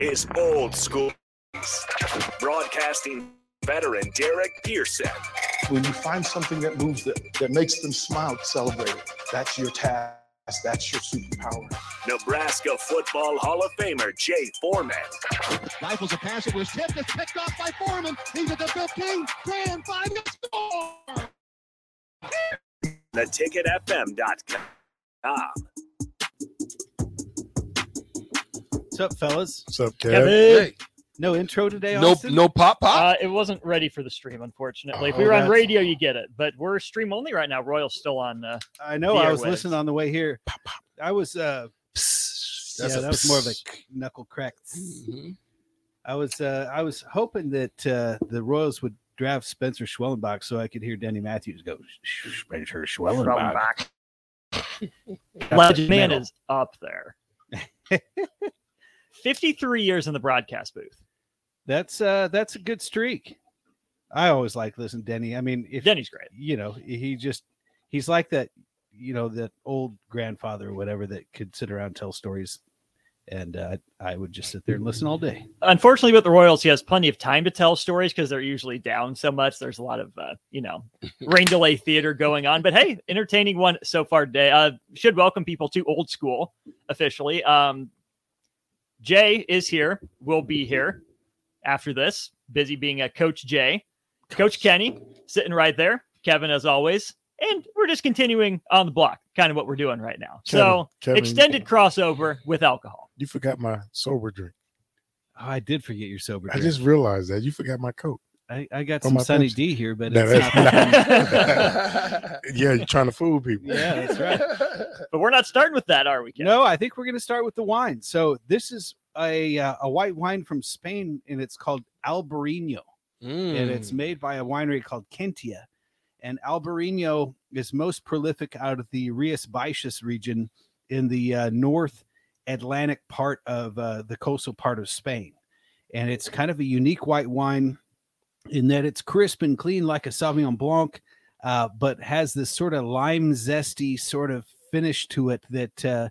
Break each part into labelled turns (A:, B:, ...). A: is old school. Broadcasting veteran Derek Pearson
B: when you find something that moves them, that makes them smile, celebrate it. That's your task. That's your superpower.
A: Nebraska Football Hall of Famer Jay Foreman,
C: Rifles a pass. It was tipped. It's picked off by Foreman. He's at the 15, 10, 5, and score.
A: theticketfm.com.
D: What's up, fellas?
E: What's up,
F: Kevin?
E: Hey,
D: No intro today.
F: No,
D: Austin?
F: no pop pop.
G: Uh, it wasn't ready for the stream, unfortunately. if
D: Oh,
G: we were on
D: that's-
G: radio, you get it, but we're stream only right now. Royal's still on. Uh,
D: I know.
G: The
D: I was
G: airwaves.
D: listening on the way here. I was. uh
F: Psst.
D: Yeah,
F: That's a
D: that was more of a
F: psst.
D: knuckle crack. Mm-hmm.
F: Mhm.
D: I was. uh I was hoping that uh the Royals would draft Spencer Schwellenbach so I could hear Denny Matthews go. Spencer Schwellenbach.
G: Legend man
D: metal.
G: is up there. 53 years in the broadcast booth.
D: That's uh that's a good streak. I always like listening to Denny. I mean, if
G: Denny's great.
D: you know, he just he's like that, you know, that old grandfather or whatever that could sit around and tell stories. And uh, I would just sit there and listen all day.
G: Unfortunately, with the Royals, he has plenty of time to tell stories because they're usually down so much. There's a lot of, uh, you know, rain delay theater going on. But hey, entertaining one so far today. Uh, should welcome people to old school officially. Um, Jay is here, will be here after this. Busy being a coach Jay, Coach Kenny sitting right there. Kevin, as always. And we're just continuing on the block, kind of what we're doing right now. so
E: Kevin,
G: extended crossover with alcohol.
E: You forgot my sober drink.
D: Oh, I did forget you're sober.
E: I
D: Derek.
E: just realized that you forgot my coat.
D: I, I got
E: Oh,
D: some
E: my
D: Sunny
E: Pepsi.
D: D here, but
E: No,
D: it's
E: that's
D: not.
F: Uh,
E: Yeah, you're trying to fool people.
D: yeah, that's right.
G: But we're not starting with that, are we? Kevin?
D: No, I think we're going to start with the wine. So this is a uh, a white wine from Spain, and it's called Albarino. and it's made by a winery called Kentia. And Albarino is most prolific out of the Rias Baixas region in the uh, North Atlantic part of uh, the coastal part of Spain. And it's kind of a unique white wine in that it's crisp and clean like a Sauvignon Blanc, uh, but has this sort of lime zesty sort of finish to it that uh,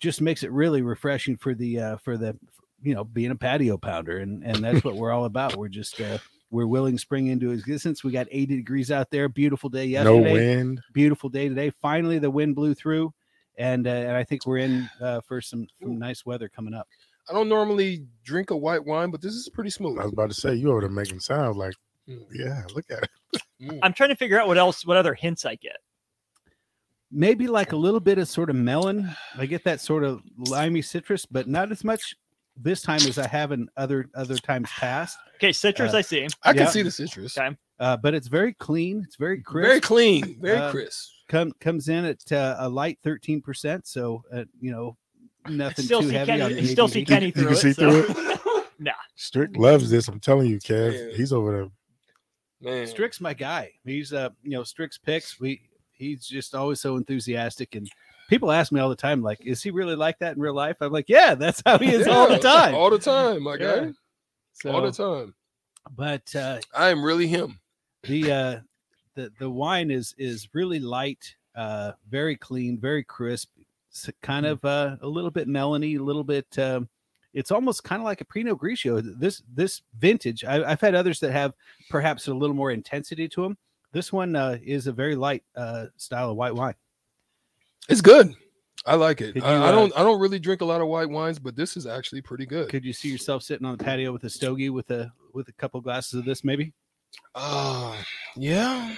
D: just makes it really refreshing for the uh, for the you know being a patio pounder, and and that's what we're all about. We're just uh, we're willing spring into existence. We got 80 degrees out there. Beautiful day
E: no
D: yesterday.
E: wind.
D: Beautiful day today. Finally, the wind blew through, and uh, and I think we're in uh, for some, some nice weather coming up.
F: I don't normally drink a white wine, but this is pretty smooth.
E: I
D: Oh,
E: was about to say you over there making sounds like,
F: Hmm.
E: yeah, look at it.
G: I'm trying to figure out what else, what other hints I get.
D: Maybe like a little bit of sort of melon. I get that sort of limey citrus, but not as much this time as I have in other other times past.
G: Okay, citrus,
D: Uh,
G: I see.
F: I can
D: Yeah.
F: see the citrus.
G: Okay.
D: Uh, but it's very clean. It's very crisp.
F: Very clean, very
D: Uh,
F: crisp.
D: Come comes in at uh, a light 13 percent. So uh, you know nothing
G: Still
D: too
G: see
D: heavy.
G: Kenny-
D: on
G: you
D: the
G: still see
D: ABV.
G: Kenny
E: You
G: through
E: can
G: it.
E: see
G: so-
E: Strick loves this. I'm telling you, Kev.
F: Yeah.
E: He's over there.
F: Man.
D: Strick's my guy. He's uh, you know, Strick's picks. We he's just always so enthusiastic and people ask me all the time, like, is he really like that in real life? I'm like, yeah, that's how he is all the
F: Yeah,
D: time.
G: Oh.
F: All the time, my
D: Yeah.
F: guy. all the time.
D: But uh
F: I am really him.
D: the uh the the wine is is really light, uh very clean, very crisp. It's kind of uh a little bit melony, a little bit um it's almost kind of like a Pinot Grigio. This this vintage, I, I've had others that have perhaps a little more intensity to them. This one uh, is a very light uh, style of white wine.
F: It's good. I like it.
D: Could
F: I,
D: you,
F: I
D: uh,
F: don't. I don't really drink a lot of white wines, but this is actually pretty good.
D: Could you see yourself sitting on the patio with a stogie with a with a couple glasses of this maybe?
F: Uh, yeah.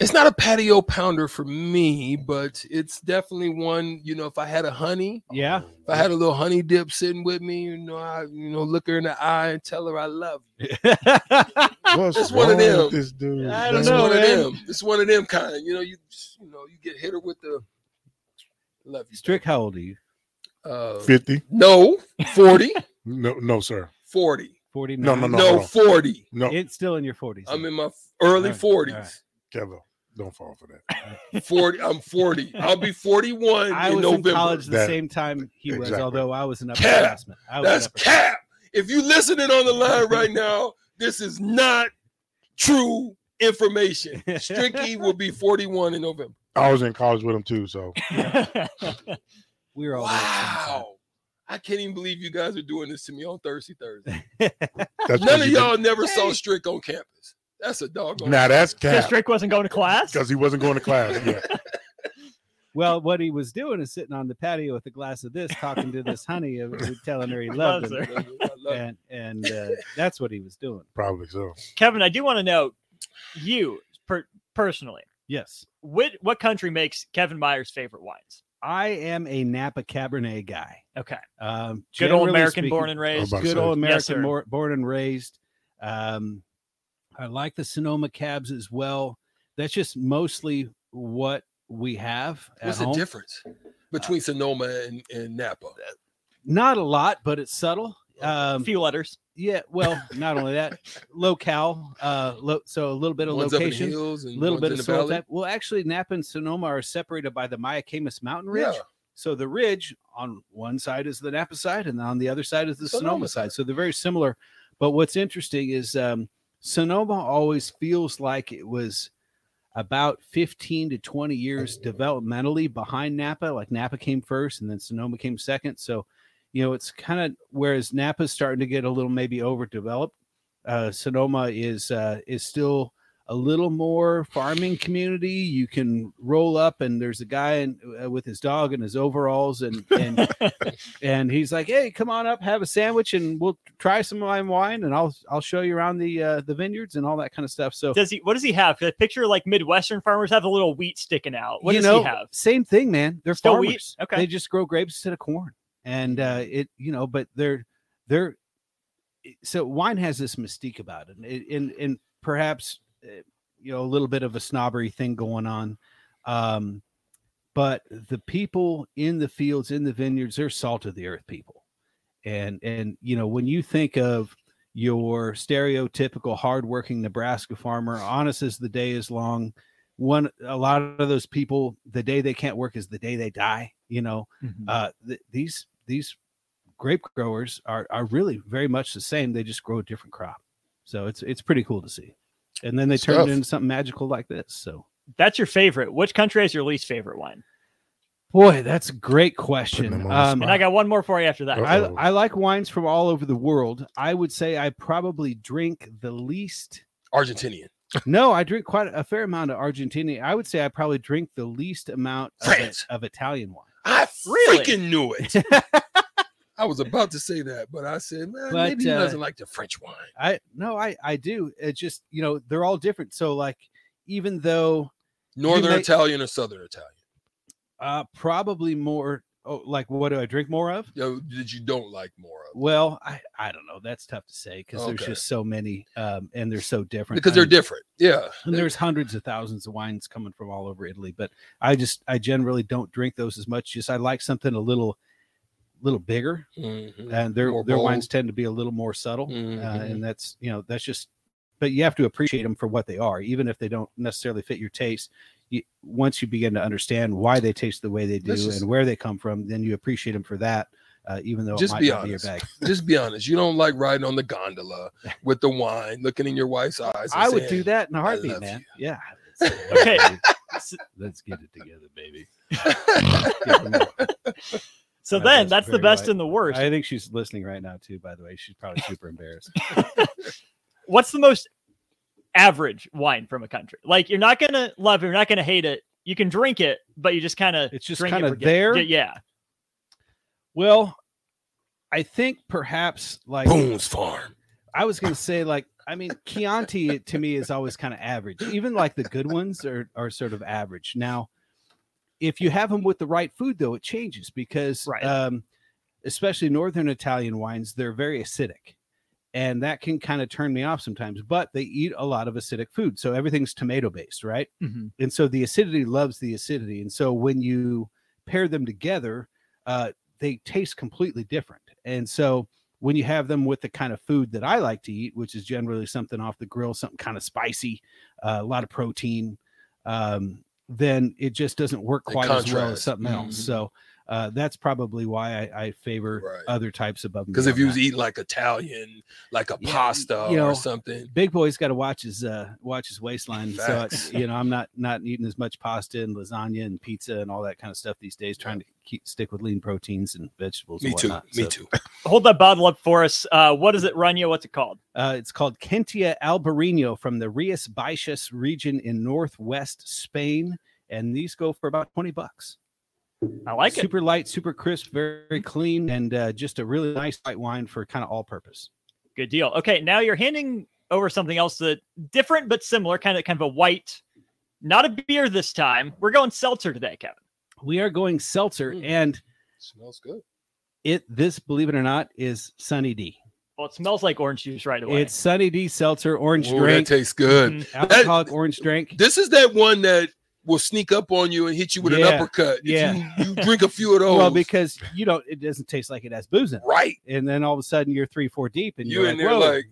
F: it's not a patio pounder for me, but it's definitely one. You know, if I had a honey,
D: Yeah.
F: if I had a little honey dip sitting with me, you know, I you know look her in the eye and tell her I love you.
E: What's
F: It's one
E: wrong
F: of them.
E: with this dude?
D: I don't
F: It's
D: know,
F: one
D: man.
F: of them. It's one of them kind. You know, you just, you know you get hit her with the love you.
D: Strick, how old are you?
F: Uh,
E: Fifty?
F: no, 40,
E: No, no, sir.
F: 40.
D: 49.
E: No, no,
F: No,
E: no, hold on.
F: 40.
E: No,
D: It's still in your 40s.
F: I'm
D: then.
F: in my early
D: All right, all
F: 40s.
D: right.
E: Kevin, don't fall for that.
F: 40. I'm 40. I'll be 41
D: I
F: in
D: was
F: November.
D: in college the
E: That-
D: same time he was,
E: exactly.
D: although I was an
F: Cap.
D: upperclassman. I was
F: That's
D: an upperclassman.
F: cap. If you listening on the line right now, this is not true information. Stricky will be 41 in November.
E: I was in college with him too, so
D: we were all there at the same time.
F: Wow. I can't even believe you guys are doing this to me on Thursday, Thursday.
E: That's what
F: None of
E: you did.
F: y'all never saw Strick on campus. That's a doggone.
E: Now that's
G: Because
E: cap
G: Strick wasn't going to class.
E: because he wasn't going to class. Yeah,
D: Well, what he was doing is sitting on the patio with a glass of this, talking to this honey, and telling her he loved
G: Loves
D: her.
G: her.
F: I love it.
D: And, and uh, that's what he was doing.
E: probably so.
G: Kevin, I do want to know you per- personally.
D: Yes.
G: What what country makes Kevin Meyer's favorite wines?
D: I am a Napa Cabernet guy.
G: Okay,
D: Um,
G: good old
D: generally
G: American,
D: speaking-
G: born and raised.
E: Oh, about
D: good
E: to say.
D: old
G: Yes,
D: American
G: sir.
D: mor- born and raised. Um, I like the Sonoma cabs as well. That's just mostly what we have. At
F: What's
D: home.
F: the difference between Sonoma and, and Napa?
D: Not a lot, but it's subtle.
G: A
D: Um,
G: few letters.
D: yeah, well, not only that, locale, uh, lo- so a little bit of
F: One's up in the
D: location,
F: hills
D: a
F: and
D: little
F: one's
D: bit
F: in
D: of
F: the
D: soil
F: valley.
D: type. Well, actually, Napa and Sonoma are separated by the Mayacamas Mountain Ridge.
F: Yeah.
D: So the ridge on one side is the Napa side, and on the other side is the Sonoma,
F: Sonoma
D: side.
F: side.
D: So they're very similar. But what's interesting is um, Sonoma always feels like it was about 15 to 20 years developmentally behind Napa. Like Napa came first, and then Sonoma came second. So, you know, it's kind of whereas Napa's starting to get a little maybe overdeveloped. Uh, Sonoma is uh, is still a little more farming community. You can roll up, and there's a guy in, uh, with his dog and his overalls, and and and he's like, "Hey, come on up, have a sandwich, and we'll try some of my wine, and I'll I'll show you around the uh, the vineyards and all that kind of stuff." So
G: Does he? What does he have? 'Cause I picture like Midwestern farmers have a little wheat sticking out. What
D: you
G: does
D: know,
G: he have?
D: same thing, man. They're
G: Still wheat?
D: farmers.
G: Okay.
D: They just grow grapes instead of corn, and uh, it you know, but they're they're so wine has this mystique about it, and and, and perhaps eh, you know a little bit of a snobbery thing going on, um, but the people in the fields in the vineyards they're salt of the earth people, and and you know when you think of your stereotypical hardworking Nebraska farmer, honest as the day is long, one a lot of those people the day they can't work is the day they die you know uh th- these these grape growers are are really very much the same they just grow a different crop so it's it's pretty cool to see and then they turn
E: Stuff.
D: it into something magical like this so
G: That's your favorite. Which country has your least favorite wine?
D: boy that's a great question
E: them on the
D: um
E: spot.
G: And I got one more for you after that.
E: Okay.
D: I,
E: Uh-oh.
D: I like wines from all over the world i would say i probably drink the least
F: Argentinian.
D: no i drink quite a fair amount of argentina i would say i probably drink the least amount of,
F: France.
D: of italian wine
F: I
G: Really?
F: freaking knew it. I was about to say that, but I said, man,
D: But,
F: maybe he
D: uh,
F: doesn't like the French wine.
D: I no, I I do. It just you know they're all different. So like even though
F: Northern
D: may-
F: Italian or Southern Italian?
D: uh probably more oh like what do I drink more of?
F: Yo, that you don't like more of?
D: Well, I I don't know. That's tough to say because there's
F: Okay.
D: just so many um and they're so different
F: Because they're
D: different.
F: different. Yeah.
D: And there's hundreds of thousands of wines coming from all over Italy, but I just I generally don't drink those as much. Just I like something a little little bigger,
F: Mhm.
D: and their
F: More
D: their wines
F: bold.
D: tend to be a little more subtle. uh,
F: Mhm.
D: and that's you know that's just but you have to appreciate them for what they are even if they don't necessarily fit your taste you, once you begin to understand why they taste the way they do
F: Let's just-
D: and where they come from then you appreciate them for that uh, even though
F: Just
D: it might
F: be
D: not be your
F: honest.
D: bag
F: Just be honest. You don't like riding on the gondola with the wine, looking in your wife's eyes. and
D: i would do
F: saying,
D: that in a
F: love
D: heartbeat man yeah
G: Okay.
D: let's get it together baby
G: So
D: That
G: then,
D: was
G: that's the
D: very
G: best
D: light.
G: and the worst.
D: i think she's listening right now too by the way she's probably super embarrassed
G: What's the most average wine from a country? Like you're not gonna love it, you're not gonna hate it. You can drink it, but you just kind of
D: It's just
G: drink it,
D: kinda
G: forget-
D: there.
G: Yeah,
D: well i think perhaps like
F: Boone's Farm.
D: I was gonna say like I mean Chianti to me is always kind of average. Even like the good ones are are sort of average. Now, if you have them with the right food though, it changes because
G: Right.
D: um, especially northern Italian wines, they're very acidic, and that can kind of turn me off sometimes. But they eat a lot of acidic food, so everything's tomato based, right? and so the acidity loves the acidity and so when you pair them together uh, they taste completely different and so when you have them with the kind of food that i like to eat which is generally something off the grill something kind of spicy uh, a lot of protein um, then it just doesn't work
F: The
D: quite as well as
F: contrast.
D: something else
F: Mhm.
D: so Uh, that's probably why I, I favor
F: Right.
D: other types above me
F: Because if
D: on
F: you
D: that.
F: was eating like Italian, like a
D: Yeah,
F: pasta
D: you know,
F: or something,
D: big boy's got to watch his uh watch his waistline so
F: Facts.
D: it's, you know i'm not not eating as much pasta and lasagna and pizza and all that kind of stuff these days trying to keep stick with lean proteins and vegetables
F: me
D: and
F: too,
D: whatnot.
F: me
D: So,
F: too.
G: Hold that bottle up for us. Uh, what does it run you? What's it called?
D: uh, it's called kentia albarino from the rias baixas region in northwest spain and these go for about 20 bucks
G: I like it.
D: super light super crisp very, very clean and uh, just a really nice white wine for kind of all purpose
G: Good deal. Okay, now you're handing over something else that different but similar, kind of kind of a white, not a beer this time. We're going seltzer today, Kevin.
D: we are going seltzer
G: Hmm.
F: Mm.
D: and
F: Smells good.
D: it this believe it or not is sunny d
G: Well, it smells like orange juice right away.
D: It's Sunny D Seltzer Orange
F: Ooh, that
D: Drink,
F: tastes good.
D: alcoholic orange drink.
F: This is that one that will sneak up on you and hit you with
D: Yeah,
F: an uppercut. If
D: yeah.
F: you, you drink a few of those,
D: Well, because you don't, it doesn't taste like it has booze in it.
F: right,
D: And then all of a sudden you're three, four deep, and
F: you
D: you're
F: in
D: like,
F: there
D: Whoa.
F: like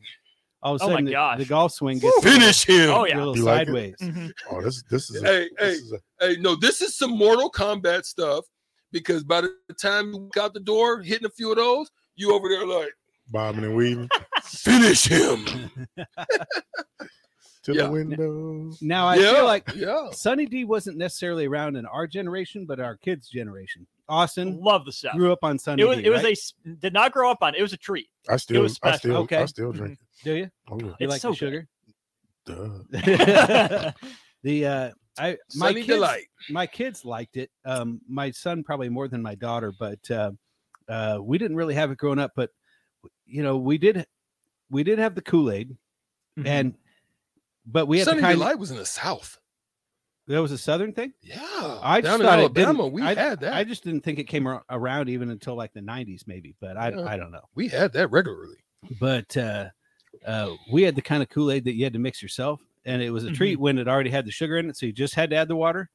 D: all of a
G: Oh my
D: sudden the,
G: gosh.
D: the golf swing gets
F: finish him.
G: oh
D: a
G: yeah.
D: little
E: You like it?
D: sideways.
G: Mhm.
E: Oh, this this is a,
F: Hey,
E: this
F: hey.
E: is a
F: Hey, no, this is some Mortal Kombat stuff because by the time you walk out the door, hitting a few of those, you over there like
E: bobbing and weaving
F: finish him.
E: to
F: Yeah.
E: the window.
D: Now I
F: yeah,
D: feel like
F: yeah,
D: Sunny D wasn't necessarily around in our generation, but our kids' generation. Austin
G: Love the stuff.
D: grew up on Sunny
G: It was
D: D.
G: it was
D: right?
G: a s- did not grow up on. It was a treat.
E: I still,
G: was
E: I
G: special.
E: still,
D: Okay.
E: I still drink it.
D: Do you?
E: Oh yeah,
D: You
G: It's
D: like
G: so
D: the
G: good.
D: sugar?
E: duh.
D: the uh, I my
F: Sunny
D: kids,
F: delight.
D: my kids liked it. Um, my son probably more than my daughter, but uh, uh, we didn't really have it growing up. But you know, we did we did have the Kool Aid,
G: Mhm.
D: and but we had
F: Sunny
D: the kind
F: delight was in the South.
D: that was a Southern thing.
F: Yeah,
D: I just
F: down in
D: thought it didn't-
F: Alabama, we
D: I-
F: had that.
D: I just didn't think it came ar- around even until like the '90s, maybe. But I
F: Yeah.
D: I don't know.
F: we had that regularly.
D: But uh, uh, we had the kind of Kool Aid that you had to mix yourself, and it was a treat when it already had the sugar in it, so you just had to add the water.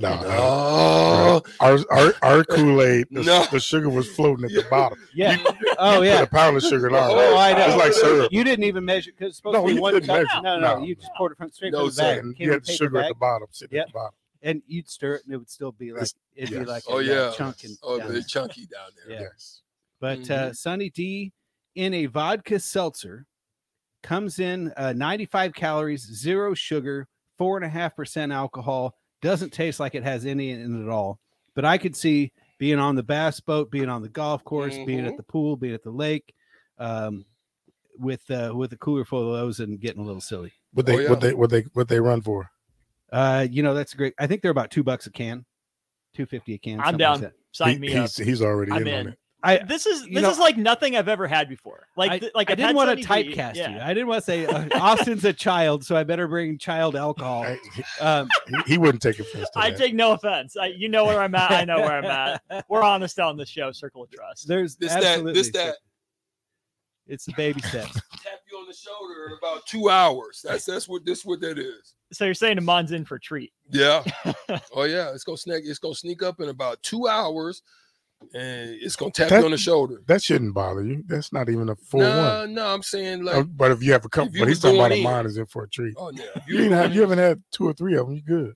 E: Nah, nah.
F: No,
E: our our, our Kool Aid, the,
F: No.
E: the sugar was floating at the bottom.
D: Yeah.
F: You-
D: oh
E: Put
D: yeah.
E: a pound of sugar in ours.
F: Oh,
D: I know.
E: It's like syrup.
D: You didn't even measure because it's supposed
E: No,
D: to be
E: you
D: one
E: didn't
D: cup.
E: measure.
D: No, no,
E: No.
D: you just poured it from straight
F: No,
D: from the bag.
E: And
D: Came in
E: you
D: a
E: had
D: paper
E: sugar at
D: bag.
E: the bottom, sitting
D: Yep.
E: at the bottom.
D: and you'd stir it and it would still be like
E: It's-
D: it'd be
E: yes.
D: like
F: Oh,
D: a yeah.
F: yeah.
D: chunk and
F: Oh, mm-hmm.
D: down.
F: they're chunky down there.
D: Yeah.
E: Yes.
D: but uh sunny d in a vodka seltzer comes in uh, 95 calories zero sugar four and a half percent alcohol doesn't taste like it has any in it at all but i could see being on the bass boat being on the golf course being at
F: Mhm.
D: the pool being at the lake um with uh with a cooler full of those and getting a little silly
E: What they
F: Oh, yeah.
E: what they what they what they run for?
D: uh you know that's a great i think they're about two bucks a can 250 a can
G: I'm
D: something like
G: down.
D: that.
G: Sign
E: He-
G: me up.
E: he's he's already
G: I'm
E: in, on
G: in.
E: it.
D: i
G: This is this
D: you know,
G: is like nothing I've ever had before. Like
D: I-
G: th- like
D: I
G: I've
D: didn't
G: had
D: want to
G: Sunny D,
D: typecast
G: yeah.
D: you. I didn't want to say uh, Austin's a child, so I better bring child alcohol.
E: Hey, he-
D: Um,
E: he, he wouldn't take offense to
G: I
E: that.
G: take no offense. I, you know where I'm at. I know where I'm at. We're honest on the show, Circle of Trust.
D: there's
F: This
D: absolutely
F: that this that
D: it's the baby steps.
F: tap you on the shoulder in about two hours. That's that's what this what that is.
G: So you're saying Amon's in for a treat.
F: Yeah. oh yeah. It's gonna snag. It's gonna sneak up in about two hours, and it's gonna tap
E: That-
F: you on the shoulder.
E: That shouldn't bother you. That's not even a full
F: No,
E: one.
F: no. I'm saying
E: Uh,
F: like,
E: but if you have a couple,
F: if you
E: but he's
F: was
E: talking about
F: going
E: a
F: in-
E: mine is in for a treat.
F: oh yeah.
E: You, didn't have, you haven't had two or three of them. You good?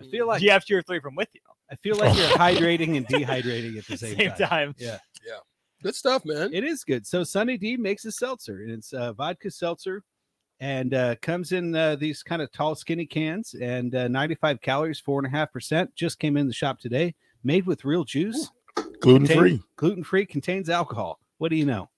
D: I feel like
G: Do you have two or three from with you
D: I feel like you're hydrating and dehydrating at the
G: at the
D: same,
G: same
D: time.
G: time?
F: good stuff, man.
D: It is good. So Sunny D makes a seltzer, and it's uh, vodka seltzer, and uh, comes in uh, these kind of tall, skinny cans, and uh, 95 calories, four and a half percent. Just came in the shop today, made with real juice,
E: Gluten free.
D: gluten free, contains alcohol. What do you know?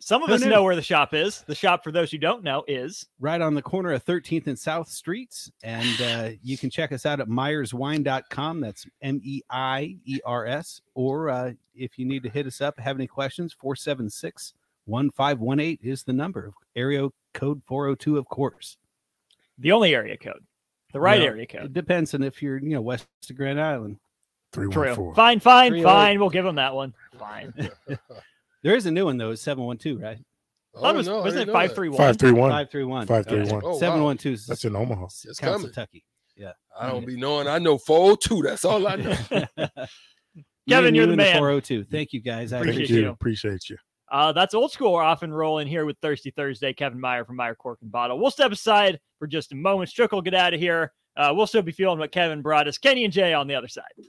G: Some of
D: Who
G: us
D: knew?
G: know where the shop is. The shop, for those who don't know, is
D: right on the corner of 13th and South Streets. And uh, you can check us out at myerswine.com. That's M E I E R S. Or uh, if you need to hit us up, have any questions, 476 1518 is the number. Area code 402, of course.
G: the only area code, the right
D: No,
G: area
D: It
G: code.
D: depends on if you're, you know, west of Grand Island.
E: Three one
G: True.
E: four.
G: Fine, fine,
D: 308.
G: fine. We'll give him that one. Fine.
D: There is a new one, though. It's 712, right?
G: I
D: Oh,
G: thought it was, wasn't it five three one?
E: Five three one.
D: 531.
E: Five three
D: Okay.
E: one.
F: Oh, wow.
D: 712 is
E: That's in Omaha.
F: It's
D: Council
F: coming.
D: Tucky.
F: I don't be knowing. I know four two. That's all I know.
G: Kevin, you're the man.
D: 402. Thank you, guys. I
E: Thank
D: appreciate
G: Appreciate
E: you.
G: you.
E: Appreciate you.
G: Uh, that's old school. We're off and rolling here with Thirsty Thursday. Kevin Meyer from Meyer Cork and Bottle. We'll step aside for just a moment. Strick will get out of here. Uh, we'll still be feeling what Kevin brought us. Kenny and Jay on the other side.